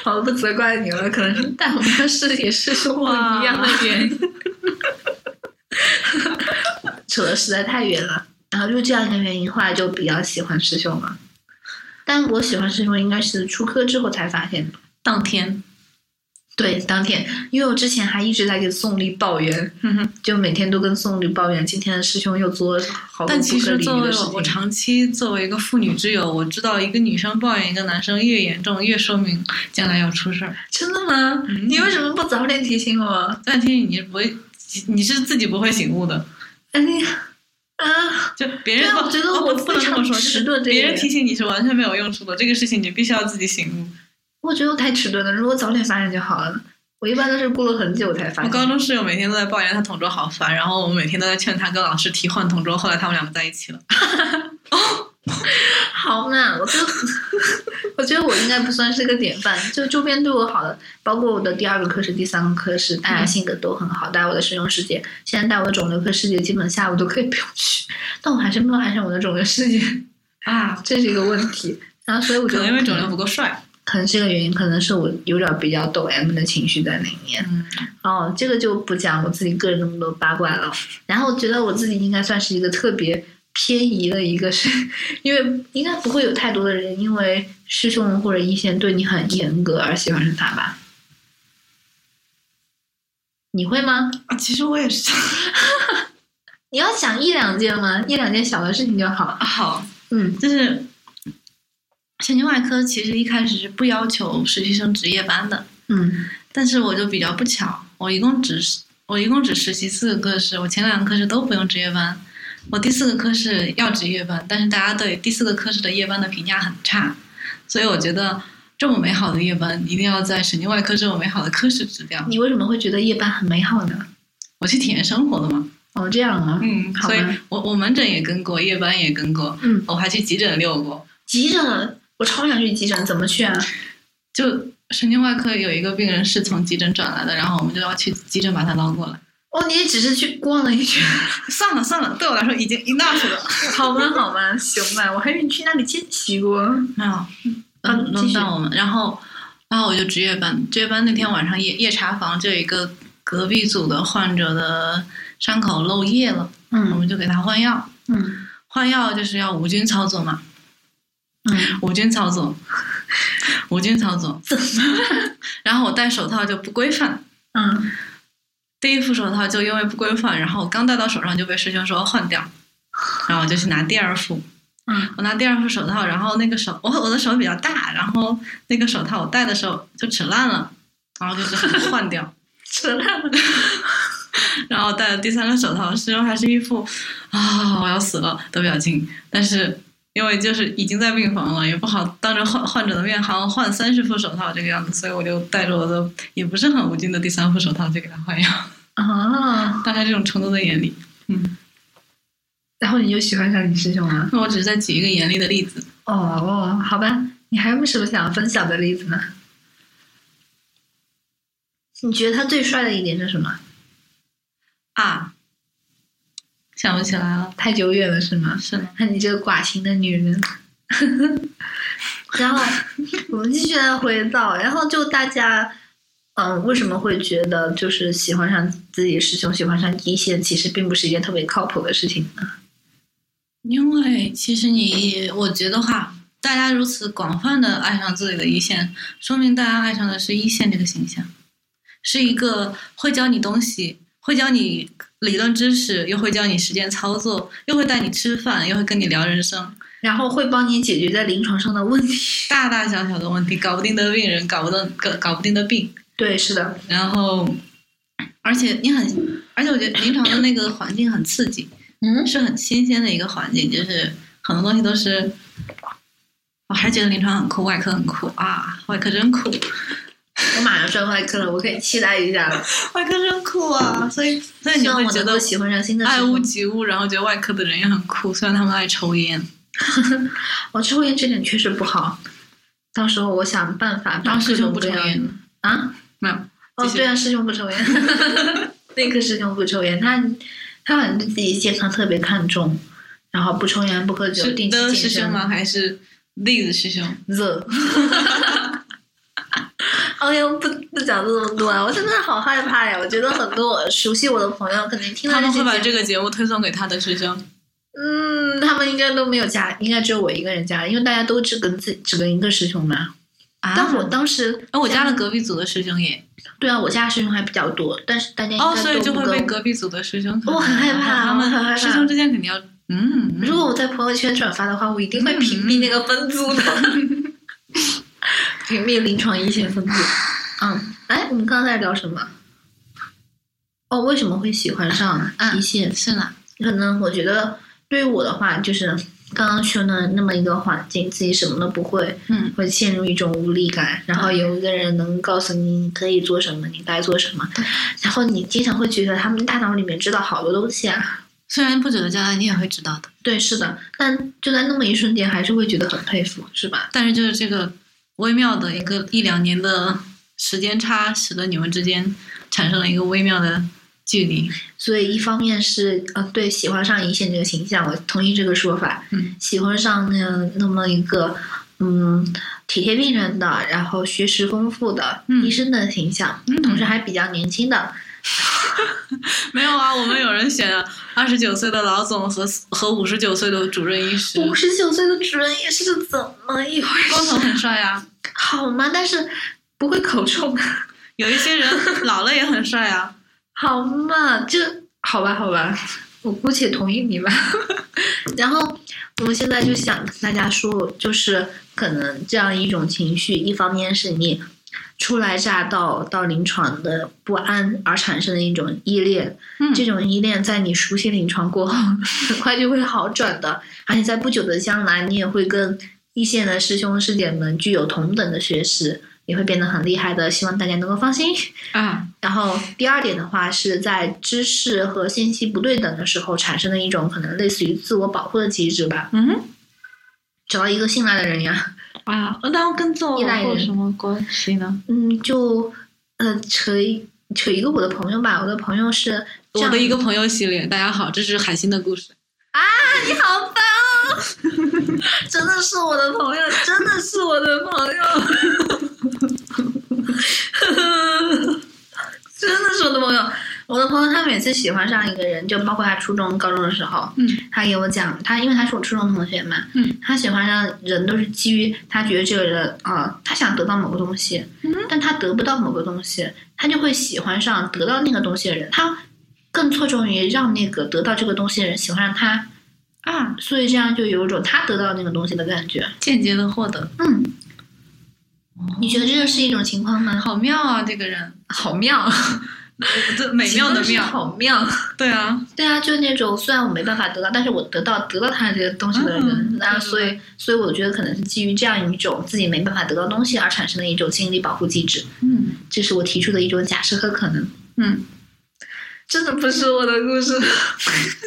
Speaker 1: 好不责怪你了，可能是但我们的事也是生活一样的原因。扯得实在太远了。然后就这样一个原因，后来就比较喜欢师兄了。但我喜欢师兄应该是出科之后才发现的。
Speaker 2: 当天，
Speaker 1: 对，当天，因为我之前还一直在给宋丽抱怨，
Speaker 2: 嗯哼。
Speaker 1: 就每天都跟宋丽抱怨，今天的师兄又做了好多
Speaker 2: 但其
Speaker 1: 不可
Speaker 2: 实
Speaker 1: 理
Speaker 2: 作
Speaker 1: 喻
Speaker 2: 为
Speaker 1: 的事
Speaker 2: 我我
Speaker 1: 情。
Speaker 2: 长期作为一个妇女之友，我知道一个女生抱怨一个男生越严重，越说明将来要出事儿。
Speaker 1: 真的吗？
Speaker 2: 嗯
Speaker 1: 你为什么不早点提醒我？
Speaker 2: 但天宇，你是不会，你是自己不会醒悟的。
Speaker 1: 哎呀，啊，
Speaker 2: 就别人
Speaker 1: 对啊
Speaker 2: 不
Speaker 1: 我觉得
Speaker 2: 哦
Speaker 1: 我
Speaker 2: 不不能
Speaker 1: 非
Speaker 2: 这
Speaker 1: 常
Speaker 2: 么说，就
Speaker 1: 迟
Speaker 2: 是
Speaker 1: 钝这一
Speaker 2: 别人
Speaker 1: 点
Speaker 2: 提醒你是完全没有用处的，这个事情你必须要自己醒悟。
Speaker 1: 我觉得我太迟钝了，如果早点发现就好了。我一般都是过了很久才发
Speaker 2: 我
Speaker 1: 现。
Speaker 2: 高中室友每天都在抱怨他同桌好烦，然后我们每天都在劝他跟老师提换同桌，后来他们两个在一起了。
Speaker 1: 好嘛， 我就我觉得我应该不算是个典范，就周边对我好的，包括我的第二个科室、第三个科室，大
Speaker 2: 嗯
Speaker 1: 家性格都很好，带我的师兄师姐，现在带我的肿瘤科师姐，基本下午都可以不用去，但我还是没有爱上我的肿瘤师姐，
Speaker 2: 啊，
Speaker 1: 这是一个问题。然后所以我觉
Speaker 2: 可
Speaker 1: 得
Speaker 2: 能因为肿瘤不够帅。
Speaker 1: 可能是个原因，可能是我有点比较抖 M 的情绪在里面。
Speaker 2: 嗯，
Speaker 1: 哦，这个就不讲我自己个人那么多八卦了。然后我觉得我自己应该算是一个特别偏移的一个是，因为应该不会有太多的人因为师兄或者一线对你很严格而喜欢上他吧？你会吗？
Speaker 3: 啊，其实我也是。
Speaker 1: 你要想一两件吗？一两件小的事情就好。
Speaker 2: 啊
Speaker 3: 好，
Speaker 1: 嗯
Speaker 3: 就是
Speaker 2: 神经外科其实一开始是不要求实习生值夜班的，
Speaker 1: 嗯
Speaker 2: 但是我就比较不巧，我一共只我一共只实习四个科室，我前两个科室都不用值夜班，我第四个科室要值夜班，但是大家对第四个科室的夜班的评价很差，所以我觉得这么美好的夜班一定要在神经外科这么美好的科室值掉。
Speaker 1: 你为什么会觉得夜班很美好呢？
Speaker 2: 我去体验生活的嘛，
Speaker 1: 哦，这样啊，
Speaker 2: 嗯，
Speaker 1: 好
Speaker 2: 所以
Speaker 1: 吧
Speaker 2: 我我门诊也跟过，夜班也跟过，
Speaker 1: 嗯，
Speaker 2: 我还去急诊遛过。
Speaker 1: 急诊，啊我超想去急诊，怎么去啊？
Speaker 2: 就神经外科有一个病人是从急诊转来的，然后我们就要去急诊把他捞过来。
Speaker 1: 哦，你也只是去逛了一圈，
Speaker 2: 算了算了，对我来说已经 enough 了。
Speaker 1: 好吧，好吧，行吧，我还以为你去那里见习过。
Speaker 2: 没有，
Speaker 1: 嗯
Speaker 2: 轮
Speaker 1: 继
Speaker 2: 轮
Speaker 1: 续
Speaker 2: 啊到我们，然后然后我就值夜班，值夜班那天晚上夜夜查房就有一个隔壁组的患者的伤口漏液了，我
Speaker 1: 嗯
Speaker 2: 们就给他换药，
Speaker 1: 嗯
Speaker 2: 换药就是要无菌操作嘛，
Speaker 1: 嗯，
Speaker 2: 无菌操作，无菌操作， 然后我戴手套就不规范。
Speaker 1: 嗯，
Speaker 2: 第一副手套就因为不规范，然后我刚戴到手上就被师兄说换掉，然后我就去拿第二副。
Speaker 1: 嗯，
Speaker 2: 我拿第二副手套，然后那个手我我的手比较大，然后那个手套我戴的时候就扯烂了，然后就只好换掉。
Speaker 1: 扯烂了。
Speaker 2: 然后戴了第三个手套，师兄还是一副啊我要死了的表情，但是因为就是已经在病房了，也不好当着患患者的面还要换三十副手套这个样子，所以我就戴着我的也不是很无菌的第三副手套去给他换药，
Speaker 1: 哦，
Speaker 2: 大概这种程度的眼力。
Speaker 1: 然后你就喜欢上你师兄了？
Speaker 2: 那我只是在举一个严厉的例子。
Speaker 1: 哦，好吧，你还有什么想分享的例子呢？你觉得他最帅的一点是什么？
Speaker 2: 啊，想不起来了，
Speaker 1: 太久远了是吗？
Speaker 2: 是吗？
Speaker 1: 看你这个寡情的女人。然后我们继续来回到，然后就大家，嗯，为什么会觉得就是喜欢上自己师兄，喜欢上一线，其实并不是一件特别靠谱的事情呢？
Speaker 2: 因为其实你，我觉得话，大家如此广泛的爱上自己的一线，说明大家爱上的是一线这个形象，是一个会教你东西，会教你理论知识，又会教你实践操作，又会带你吃饭，又会跟你聊人生，
Speaker 1: 然后会帮你解决在临床上的问题。
Speaker 2: 大大小小的问题，搞不定的病人，搞不定搞搞不定的病，
Speaker 1: 对，是的，
Speaker 2: 然后，而且你很，而且我觉得临床的那个环境很刺激，
Speaker 1: 嗯，
Speaker 2: 是很新鲜的一个环境，就是很多东西都是，我还是觉得临床很酷，外科很酷啊，外科真酷，
Speaker 1: 我马上转外科了，我可以期待一下了。
Speaker 2: 外科真酷啊！所以，所以你
Speaker 1: 希望
Speaker 2: 会
Speaker 1: 我
Speaker 2: 觉
Speaker 1: 能
Speaker 2: 得
Speaker 1: 够喜欢上新的
Speaker 2: 爱
Speaker 1: 师
Speaker 2: 屋
Speaker 1: 兄。
Speaker 2: 及乌，然后觉得外科的人也很酷，虽然他们爱抽烟。
Speaker 1: 我抽烟这点确实不好，到时候我想办法把
Speaker 2: 然后
Speaker 1: 各
Speaker 2: 师兄
Speaker 1: 种
Speaker 2: 不
Speaker 1: 各
Speaker 2: 抽
Speaker 1: 样的。
Speaker 2: 烟，
Speaker 1: 啊。
Speaker 2: 没有，
Speaker 1: 哦，
Speaker 2: 就是
Speaker 1: 对啊，师兄不抽烟， 那个师兄不抽烟，他他好像对自己健康特别看重，然后不抽烟不喝酒，
Speaker 2: 是
Speaker 1: 定期
Speaker 2: 的
Speaker 1: 健
Speaker 2: 师兄
Speaker 1: 身。
Speaker 2: 吗？还是栗子师兄？
Speaker 1: the 哎呦，不不讲这么多啊！我真的好害怕呀！我觉得很多我熟悉我的朋友，肯定听到
Speaker 2: 他们会把
Speaker 1: 这些节
Speaker 2: 这
Speaker 1: 目，
Speaker 2: 个节目推送给他的师兄。
Speaker 1: 嗯，他们应该都没有加，应该只有我一个人加了，因为大家都只跟自只跟一个师兄嘛。
Speaker 2: 啊
Speaker 1: 但我当时，
Speaker 2: 哎，我加了隔壁组的师兄也，
Speaker 1: 对啊，我加的师兄还比较多，但是大家应该
Speaker 2: 哦，所以
Speaker 1: 都
Speaker 2: 就
Speaker 1: 不
Speaker 2: 会
Speaker 1: 跟
Speaker 2: 被
Speaker 1: 我
Speaker 2: 隔壁组的师兄看到。
Speaker 1: 我很害怕啊
Speaker 2: 然后
Speaker 1: 我
Speaker 2: 他
Speaker 1: 很害怕
Speaker 2: 们师兄之间肯定要，嗯，
Speaker 1: 如果我在朋友圈转发的话，我一定会屏蔽那个分组的， 屏蔽临床一线分组。嗯，哎，我们刚才聊什么？哦，为什么会喜欢上一线？
Speaker 2: 是呢，
Speaker 1: 可能我觉得对于我的话，就是刚刚说的那么一个环境，自己什么都不会，
Speaker 2: 嗯，
Speaker 1: 会陷入一种无力感。然后
Speaker 2: 对
Speaker 1: 有一个人能告诉你你可以做什么，你该做什么
Speaker 2: 对，
Speaker 1: 然后你经常会觉得他们大脑里面知道好多东西啊。
Speaker 2: 虽然不久的将来你也会知道的，
Speaker 1: 对，是的，但就在那么一瞬间，还是会觉得很佩服，是吧？
Speaker 2: 但是就是这个微妙的一个一两年的时间差，使得你们之间产生了一个微妙的距离。
Speaker 1: 所以一方面是，呃，对，喜欢上一线这个形象，我同意这个说法，
Speaker 2: 嗯，
Speaker 1: 喜欢上那那么一个，嗯，体贴病人的，然后学识丰富的、
Speaker 2: 嗯
Speaker 1: 医生的形象，
Speaker 2: 嗯
Speaker 1: 同时还比较年轻的，
Speaker 2: 没有啊，我们有人选了二十九岁的老总和和五十九岁的主任医师，
Speaker 1: 五十九岁的主任也是怎么一回
Speaker 2: 光头
Speaker 1: 事？
Speaker 2: 很帅啊，
Speaker 1: 好吗？但是不会口臭吗？
Speaker 2: 有一些人老了也很帅啊。
Speaker 1: 好嘛，就好吧，好吧，我姑且同意你吧。 然后我们现在就想跟大家说，就是可能这样一种情绪，一方面是你初来乍到到临床的不安而产生的一种依恋，
Speaker 2: 嗯
Speaker 1: 这种依恋在你熟悉临床过后，很快就会好转的，而且在不久的将来，你也会跟一线的师兄师姐们具有同等的学识，也会变得很厉害的。希望大家能够放心。
Speaker 2: 啊，
Speaker 1: 然后第二点的话，是在知识和信息不对等的时候产生的一种可能类似于自我保护的机制吧。
Speaker 2: 嗯
Speaker 1: 找到一个信赖的人呀，
Speaker 2: 啊，那跟自我
Speaker 1: 依赖
Speaker 2: 有
Speaker 1: 人
Speaker 2: 什么关系呢？
Speaker 1: 嗯，就呃扯一扯一个我的朋友吧，我的朋友是这
Speaker 2: 我
Speaker 1: 样
Speaker 2: 的一个朋友系列，大家好，这是海星的故事。
Speaker 1: 你好棒哦， 真的是我的朋友，真的是我的朋友， 真的是我的朋友。我的朋友他每次喜欢上一个人，就包括他初中、高中的时候，
Speaker 2: 嗯，
Speaker 1: 他给我讲，他因为他是我初中同学嘛，
Speaker 2: 嗯，
Speaker 1: 他喜欢上人都是基于他觉得这个人啊、呃他想得到某个东西，
Speaker 2: 嗯
Speaker 1: 但他得不到某个东西，他就会喜欢上得到那个东西的人，他更侧重于让那个得到这个东西的人喜欢上他，
Speaker 2: 啊，
Speaker 1: 所以这样就有一种他得到那个东西的感觉。
Speaker 2: 间接的获得，
Speaker 1: 嗯，你觉得这是一种情况吗？
Speaker 2: 好妙啊！这个人，
Speaker 1: 好妙，
Speaker 2: 这美妙
Speaker 1: 形容
Speaker 2: 的
Speaker 1: 是
Speaker 2: 妙，
Speaker 1: 好妙。
Speaker 2: 对啊，
Speaker 1: 对啊，就那种虽然我没办法得到，但是我得到得到他这个东西的人，
Speaker 2: 嗯
Speaker 1: 那、
Speaker 2: 对
Speaker 1: 所以所以我觉得可能是基于这样一种自己没办法得到东西而产生的一种心理保护机制，
Speaker 2: 嗯
Speaker 1: 这是我提出的一种假设和可能。
Speaker 2: 嗯，
Speaker 1: 真的不是我的故事，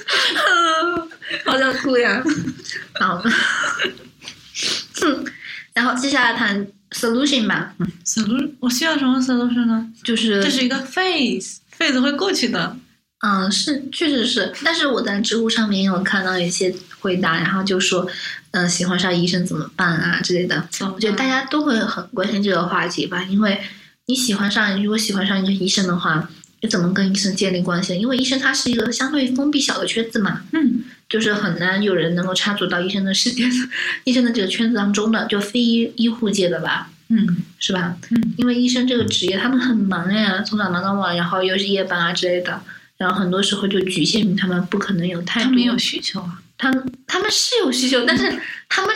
Speaker 2: 嗯
Speaker 1: 好想哭呀！ 好，哼然后接下来谈 solution 吧，
Speaker 2: solution，我需要什么 solution 呢？
Speaker 1: 就是
Speaker 2: 这是一个 phase，phase 会过去的。
Speaker 1: 嗯，是，确实是，但是我在知乎上面也有看到一些回答，然后就说，嗯、喜欢上医生怎么办啊之类的。
Speaker 2: 我
Speaker 1: 我觉得大家都会很关心这个话题吧，因为你喜欢上，如果喜欢上一个医生的话，你怎么跟医生建立关系？因为医生他是一个相对封闭小的圈子嘛，
Speaker 2: 嗯
Speaker 1: 就是很难有人能够插足到医生的世界、医生的这个圈子当中的，就非医医护界的吧。
Speaker 2: 嗯
Speaker 1: 是吧？
Speaker 2: 嗯，
Speaker 1: 因为医生这个职业，他们很忙呀，从早忙到晚，然后又是夜班啊之类的，然后很多时候就局限于他们，不可能有太多。
Speaker 2: 他们有需求啊，
Speaker 1: 他们他们是有需求，但是他们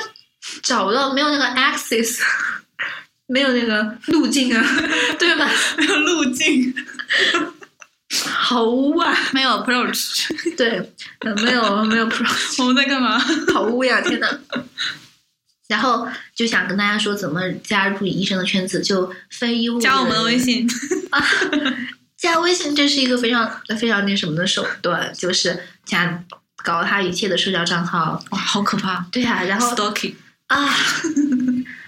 Speaker 1: 找不到，没有那个 access，没有那个路径啊，对吧？
Speaker 2: 没有 路 径，
Speaker 1: 好污啊！
Speaker 2: 没有 approach，
Speaker 1: 对，呃没有没有 pro
Speaker 2: 我们在干嘛？
Speaker 1: 好污呀！天呐。然后就想跟大家说，怎么加入医生的圈子，就非医务
Speaker 2: 加我们的
Speaker 1: 人
Speaker 2: 微信，
Speaker 1: 啊，加微信这是一个非常非常那什么的手段，就是加搞他一切的社交账号。
Speaker 2: 哇，好可怕
Speaker 1: 对呀、然后
Speaker 2: ！stalking，
Speaker 1: 啊，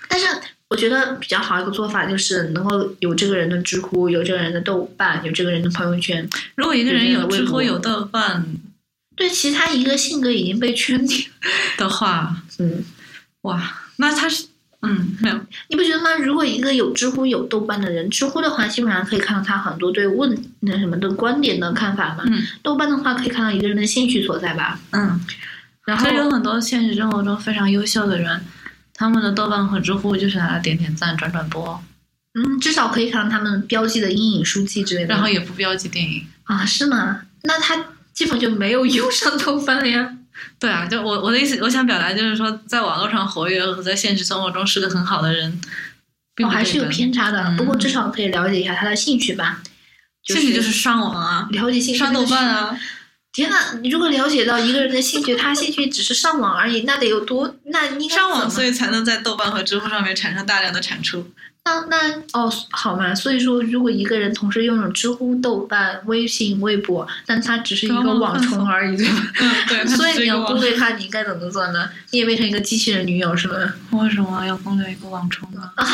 Speaker 1: 但是我觉得比较好一个做法就是能够有这个人的知乎，有这个人的豆瓣，有这个人的朋友圈。
Speaker 2: 如果一个人有
Speaker 1: 有些
Speaker 2: 知乎
Speaker 1: 人微博
Speaker 2: 有豆瓣
Speaker 1: 对，其实他一个性格已经被圈定。
Speaker 2: 的话，
Speaker 1: 嗯，
Speaker 2: 哇，那他是嗯没有
Speaker 1: 你不觉得吗？如果一个有知乎有豆瓣的人，知乎的话基本上可以看到他很多对问那什么的观点的看法嘛。
Speaker 2: 嗯
Speaker 1: 豆瓣的话可以看到一个人的兴趣所在吧。
Speaker 2: 嗯。
Speaker 1: 然后
Speaker 2: 所以有很多现实生活中非常优秀的人，他们的豆瓣和知乎就是拿来点点赞、转转播，
Speaker 1: 嗯，至少可以看到他们标记的阴影书籍之类的。
Speaker 2: 然后也不标记电影。
Speaker 1: 啊，是吗？那他基本就没有用上豆瓣了呀。
Speaker 2: 对啊，就我我的意思，我想表达就是说，在网络上活跃和在现实生活中是个很好的人，并
Speaker 1: 哦，
Speaker 2: 不
Speaker 1: 还是有
Speaker 2: 对等。
Speaker 1: 偏差的，不过
Speaker 2: 嗯
Speaker 1: 至少可以了解一下他的兴趣吧。
Speaker 2: 兴趣就是上网啊，
Speaker 1: 了解兴趣，
Speaker 2: 刷豆瓣。啊，
Speaker 1: 天呐，你如果了解到一个人的兴趣，他兴趣只是上网而已，那得有多？那应该
Speaker 2: 上
Speaker 1: 怎
Speaker 2: 网，
Speaker 1: 么
Speaker 2: 所以才能在豆瓣和知乎上面产生大量的产出。
Speaker 1: 那那哦，好嘛，所以说，如果一个人同时拥有知乎、豆瓣、微信、微博，但他只是一
Speaker 2: 刚
Speaker 1: 个
Speaker 2: 刚
Speaker 1: 网
Speaker 2: 看
Speaker 1: 虫而已，对吧？
Speaker 2: 嗯， 对。
Speaker 1: 所以你要
Speaker 2: 攻
Speaker 1: 攻
Speaker 2: 略，
Speaker 1: 略他，你应该怎么做呢？你也变成一个机器人女友是吗？
Speaker 2: 为什么要攻略一个网虫呢？
Speaker 1: 啊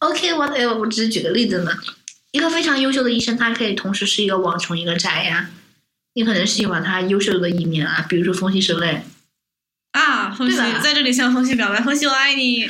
Speaker 1: ，OK，whatever，、我只是举个例子嘛。一个非常优秀的医生，他可以同时是一个网虫，一个宅呀、你可能喜欢他优秀的一面啊，比如说风信之类。
Speaker 2: 啊，风信
Speaker 1: 对吧
Speaker 2: 在这里向风信表白，风信我爱你。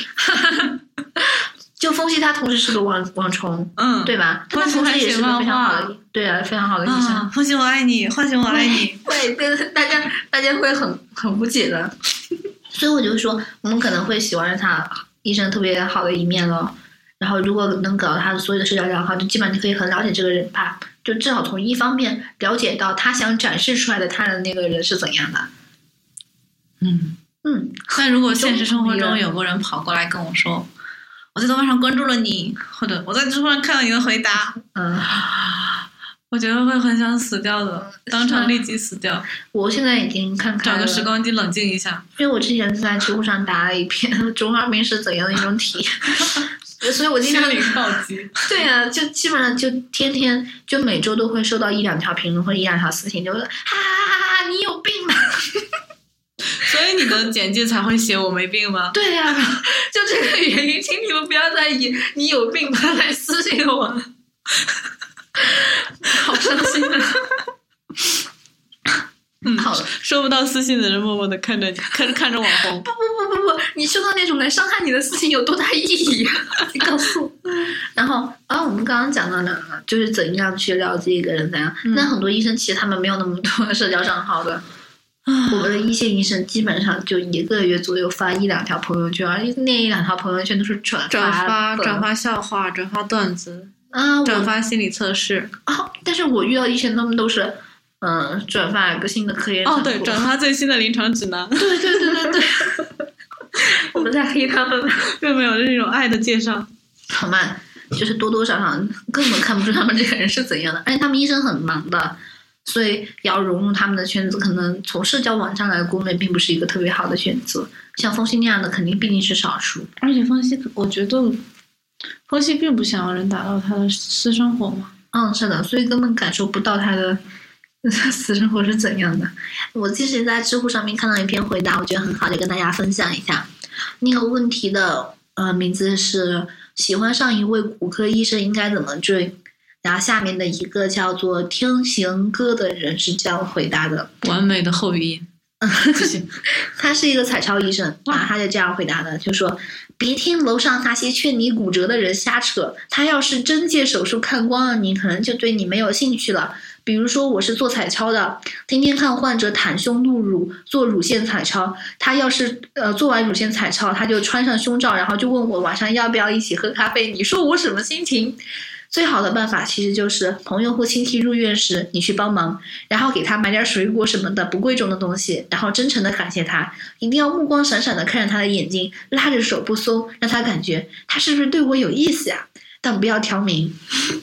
Speaker 1: 就风系他同时是个网网虫，
Speaker 3: 嗯，
Speaker 1: 对吧？但他
Speaker 3: 风信
Speaker 1: 同时
Speaker 3: 还
Speaker 1: 也
Speaker 3: 写
Speaker 1: 是个
Speaker 3: 漫
Speaker 1: 非常好
Speaker 3: 画
Speaker 1: 的，对啊，非常好的医生。
Speaker 3: 啊，风信我爱你，花信我爱 你，
Speaker 1: 会跟大家大家会很很无解的， 所以我就说，我们可能会喜欢他医生特别好的一面咯。然后，如果能搞到他的所有的社交账号，就基本上你可以很了解这个人吧，就至少从一方面了解到他想展示出来的他的那个人是怎样的。
Speaker 2: 嗯，
Speaker 1: 嗯，
Speaker 2: 但如果现实生活
Speaker 1: 终于
Speaker 2: 中
Speaker 1: 了
Speaker 2: 有个人跑过来跟我说，我在豆瓣上关注了你，或者我在知乎上看到你的回答，
Speaker 1: 嗯，
Speaker 2: 我觉得会很想死掉的，当场立即死掉，
Speaker 1: 我现在已经看开
Speaker 2: 找
Speaker 1: 了，
Speaker 2: 个时光机冷静一下。
Speaker 1: 因为我之前在知乎上答了一篇 《中华民是怎样的一种 体》，所以我经常
Speaker 2: 暴击，
Speaker 1: 对呀、就基本上就天天就每周都会收到一两条评论或者一两条私信，就会说哈哈哈哈，你有病吧？
Speaker 2: 所以你的简介才会写我没病吗？
Speaker 1: 对呀、 就这个原因，请你们不要再以你有病吧来私信我， 好伤心啊！
Speaker 2: 嗯
Speaker 1: 好了
Speaker 2: 收不到私信的人默默的看着你，看看着网红。
Speaker 1: 不不不，你收到那种来伤害你的私信有多大意义、 啊？你告诉我。然后啊，我们刚刚讲到哪了？啊就是怎样去了解一个人怎样？
Speaker 2: 嗯
Speaker 1: 那很多医生其实他们没有那么多社交账号的。
Speaker 2: 啊
Speaker 1: 我们的一线医生基本上就一个月左右发一两条朋友圈，而且那一两条朋友圈都是转
Speaker 2: 转
Speaker 1: 发
Speaker 2: 发
Speaker 1: 的
Speaker 2: 转发笑话，转发段子，
Speaker 1: 啊，
Speaker 2: 转
Speaker 1: 我
Speaker 2: 发心理测试。
Speaker 1: 啊，但是我遇到医生他们都是嗯转发一个新的科研
Speaker 2: 哦，
Speaker 1: 成
Speaker 2: 对，
Speaker 1: 果
Speaker 2: 转发最新的临床指南，
Speaker 1: 对对对对对， 我们在黑他们。
Speaker 2: 并没有这种爱的介绍。
Speaker 1: 好慢，就是多多少少根本看不出他们这个人是怎样的，而且他们医生很忙的，所以要融入他们的圈子，可能从社交网站来估摸，并不是一个特别好的选择。像风信那样的，肯定毕竟是少数。
Speaker 2: 而且风熙，我觉得风熙并不想让人打扰他的私生活嘛。
Speaker 1: 嗯，是的，所以根本感受不到他的 私生活是怎样的。我之前在知乎上面看到一篇回答，我觉得很好，就跟大家分享一下。那个问题的呃名字是“喜欢上一位骨科医生应该怎么追”，然后下面的一个叫做“听行歌”的人是这样回答的，
Speaker 2: 完美的后语音，不行，
Speaker 1: 他是一个彩超医生啊，他就这样回答的，就说：“别听楼上那些劝你骨折的人瞎扯，他要是真借手术看光了你，可能就对你没有兴趣了。比如说我是做彩超的，天天看患者袒胸露乳做乳腺彩超，他要是呃做完乳腺彩超，他就穿上胸罩，然后就问我晚上要不要一起喝咖啡，你说我什么心情？”最好的办法其实就是朋友或亲戚入院时，你去帮忙，然后给他买点水果什么的不贵重的东西，然后真诚的感谢他，一定要目光闪闪的看着他的眼睛，拉着手不松，让他感觉他是不是对我有意思呀、但不要挑明。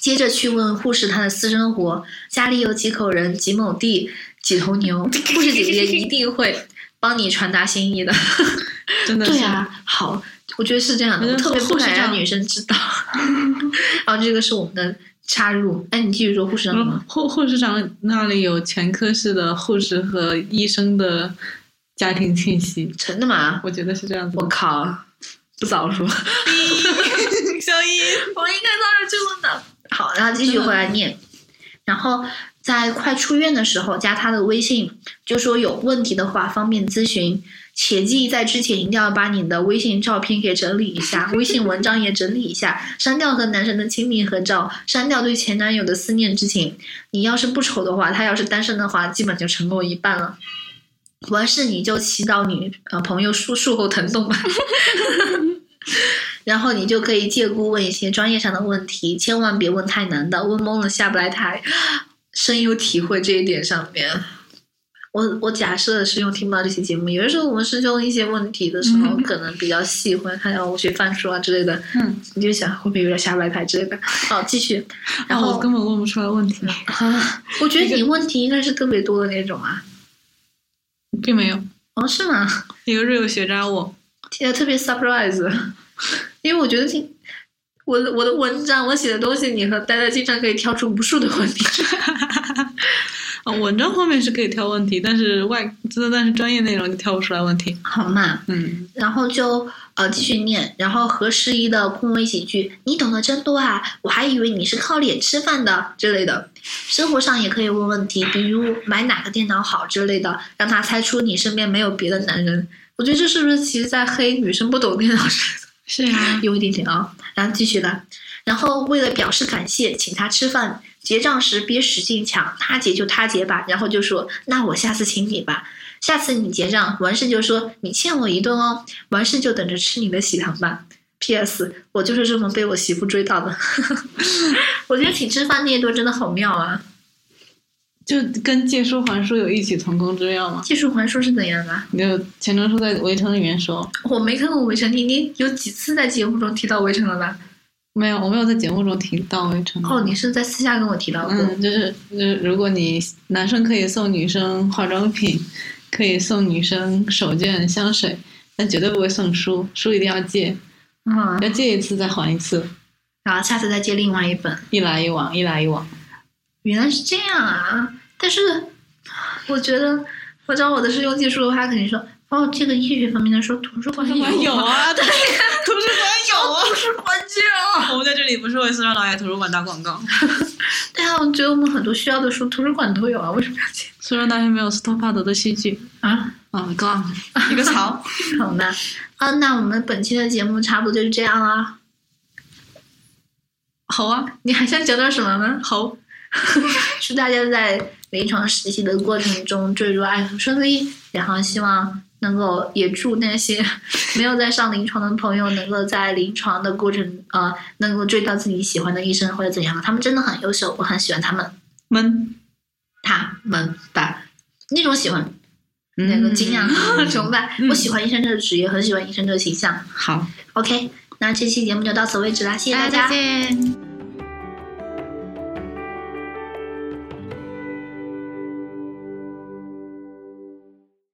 Speaker 1: 接着去问护士他的私生活，家里有几口人，几亩地，几头牛，护士姐姐一定会帮你传达心意的。
Speaker 2: 真的是。
Speaker 1: 对啊，好，我觉得是这样的，
Speaker 2: 我觉
Speaker 1: 我
Speaker 2: 得
Speaker 1: 特别
Speaker 2: 护
Speaker 1: 不
Speaker 2: 士
Speaker 1: 敢
Speaker 2: 这
Speaker 1: 让
Speaker 2: 样
Speaker 1: 女生知道。 然后这个是我们的插入，哎，你继续说护士长吗？
Speaker 2: 护护士长那里有全科室的护士和医生的家庭信息，
Speaker 1: 真的吗？
Speaker 2: 我觉得是这样子
Speaker 1: 我
Speaker 2: 的。
Speaker 1: 靠，不早说，
Speaker 2: 小 一，
Speaker 1: 我应该当时就问的。好，然后继续回来念，然后在快出院的时候加他的微信，就说有问题的话方便咨询，切记在之前一定要把你的微信照片给整理一下，微信文章也整理一下，删掉和男神的亲密合照，删掉对前男友的思念之情。你要是不丑的话，他要是单身的话，基本就成功一半了。完事你就祈祷你呃朋友术术后疼痛吧。然后你就可以借故问一些专业上的问题，千万别问太难的，问懵了下不来台。深有体会这一点上面，我我假设师兄听不到这期节目，有的时候我们师兄一些问题的时候，
Speaker 2: 嗯
Speaker 1: 可能比较细，或者他要我学范数啊之类的，
Speaker 2: 嗯，
Speaker 1: 你就想会不会有点下不来台之类的。好，继续。然
Speaker 2: 然后
Speaker 1: 后
Speaker 2: 我根本问不出来问题，
Speaker 1: 啊，我觉得你问题应该是特别多的那种啊。
Speaker 2: 并没有。
Speaker 1: 哦，是吗？
Speaker 2: 一个瑞友学渣我，
Speaker 1: 现呃在特别 surprise，因为我觉得你我的我的文章我写的东西，你和呆呆经常可以挑出无数的问题。
Speaker 2: 啊，文章方面是可以挑问题，但是外，但是专业内容就挑不出来问题。
Speaker 1: 好嘛，
Speaker 2: 嗯，
Speaker 1: 然后就呃继续念，然后和适宜的恭维几句，你懂得真多啊，我还以为你是靠脸吃饭的之类的。生活上也可以问问题，比如买哪个电脑好之类的，让他猜出你身边没有别的男人。我觉得这是不是其实在黑女生不懂电脑之类的？
Speaker 2: 是呀、
Speaker 1: 有一点点啊。然后继续来，然后为了表示感谢，请他吃饭。结账时别使劲抢，他结就他结吧。然后就说：“那我下次请你吧。”下次你结账完事就说：“你欠我一顿哦。”完事就等着吃你的喜糖吧。P.S. 我就是这么被我媳妇追到的。 我觉得请吃饭那一顿真的好妙啊！
Speaker 2: 就跟借书还书有异曲同工之妙吗？
Speaker 1: 技术还说是怎样的？
Speaker 2: 你就钱钟书在《围城》里面说，
Speaker 1: 我没看过《围城》，你你有几次在节目中提到《围城》了吧？
Speaker 2: 没有，我没有在节目中提到《围城》。
Speaker 1: 哦，你是在私下跟我提到过。
Speaker 2: 嗯，就是就是，如果你男生可以送女生化妆品，可以送女生手绢、香水，但绝对不会送书，书一定要借，
Speaker 1: 嗯，
Speaker 2: 要借一次再还一次，
Speaker 1: 然后下次再借另外一本。
Speaker 2: 一来一往，一来一往。
Speaker 1: 原来是这样啊！但是我觉得我找我的师兄借书的话，他肯定说哦，这个医学方面的说图书馆有啊，
Speaker 2: 啊，对，图书馆有啊。
Speaker 1: 图书馆借啊。
Speaker 2: 我们在这里不是为四川老爷图书馆打广告，
Speaker 1: 对啊，我觉得我们很多需要的书图书馆都有啊，为什么要借
Speaker 2: 四川大学没有斯托帕德的戏剧
Speaker 1: 啊？
Speaker 2: 啊，杠一个槽。
Speaker 1: 好吧，啊，那我们本期的节目差不多就是这样啦。
Speaker 2: 好啊，
Speaker 1: 你还想讲点什么吗？
Speaker 2: 好，
Speaker 1: 祝大家在临床实习的过程中坠入爱抚顺利，然后希望能够也祝那些 没有在上临床的朋友能够在临床的过程呃能够追到自己喜欢的医生或者怎样，他们真的很优秀，我很喜欢他们，
Speaker 2: 闷，
Speaker 1: 他们吧那种喜欢，那
Speaker 2: 嗯
Speaker 1: 个惊讶、崇拜，我喜欢医生这个职业，很喜欢医生这个形象。
Speaker 2: 好，
Speaker 1: OK，那这期节目就到此为止啦，谢谢大
Speaker 4: 大
Speaker 1: 家
Speaker 4: 哎家再。见。